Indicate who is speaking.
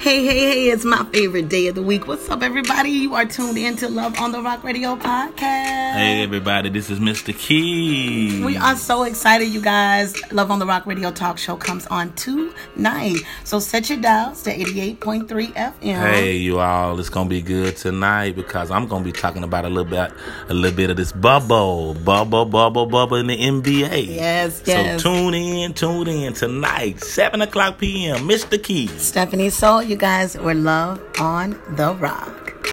Speaker 1: Hey, hey, hey, it's my favorite day of the week. What's up, everybody? You are tuned in to Love on the Rock Radio podcast.
Speaker 2: Hey everybody, this is Mr. Key.
Speaker 1: We are so excited, you guys. Love on the Rock Radio Talk Show comes on tonight. So set your dials to 88.3 FM.
Speaker 2: Hey you all, it's gonna be good tonight because I'm gonna be talking about a little bit, a little bit of this bubble, bubble, bubble, bubble in the NBA.
Speaker 1: Yes,
Speaker 2: So
Speaker 1: yes.
Speaker 2: tune in, tune in tonight, seven o'clock p.m. Mr. Key.
Speaker 1: Stephanie Soul, you guys, we're Love on the Rock.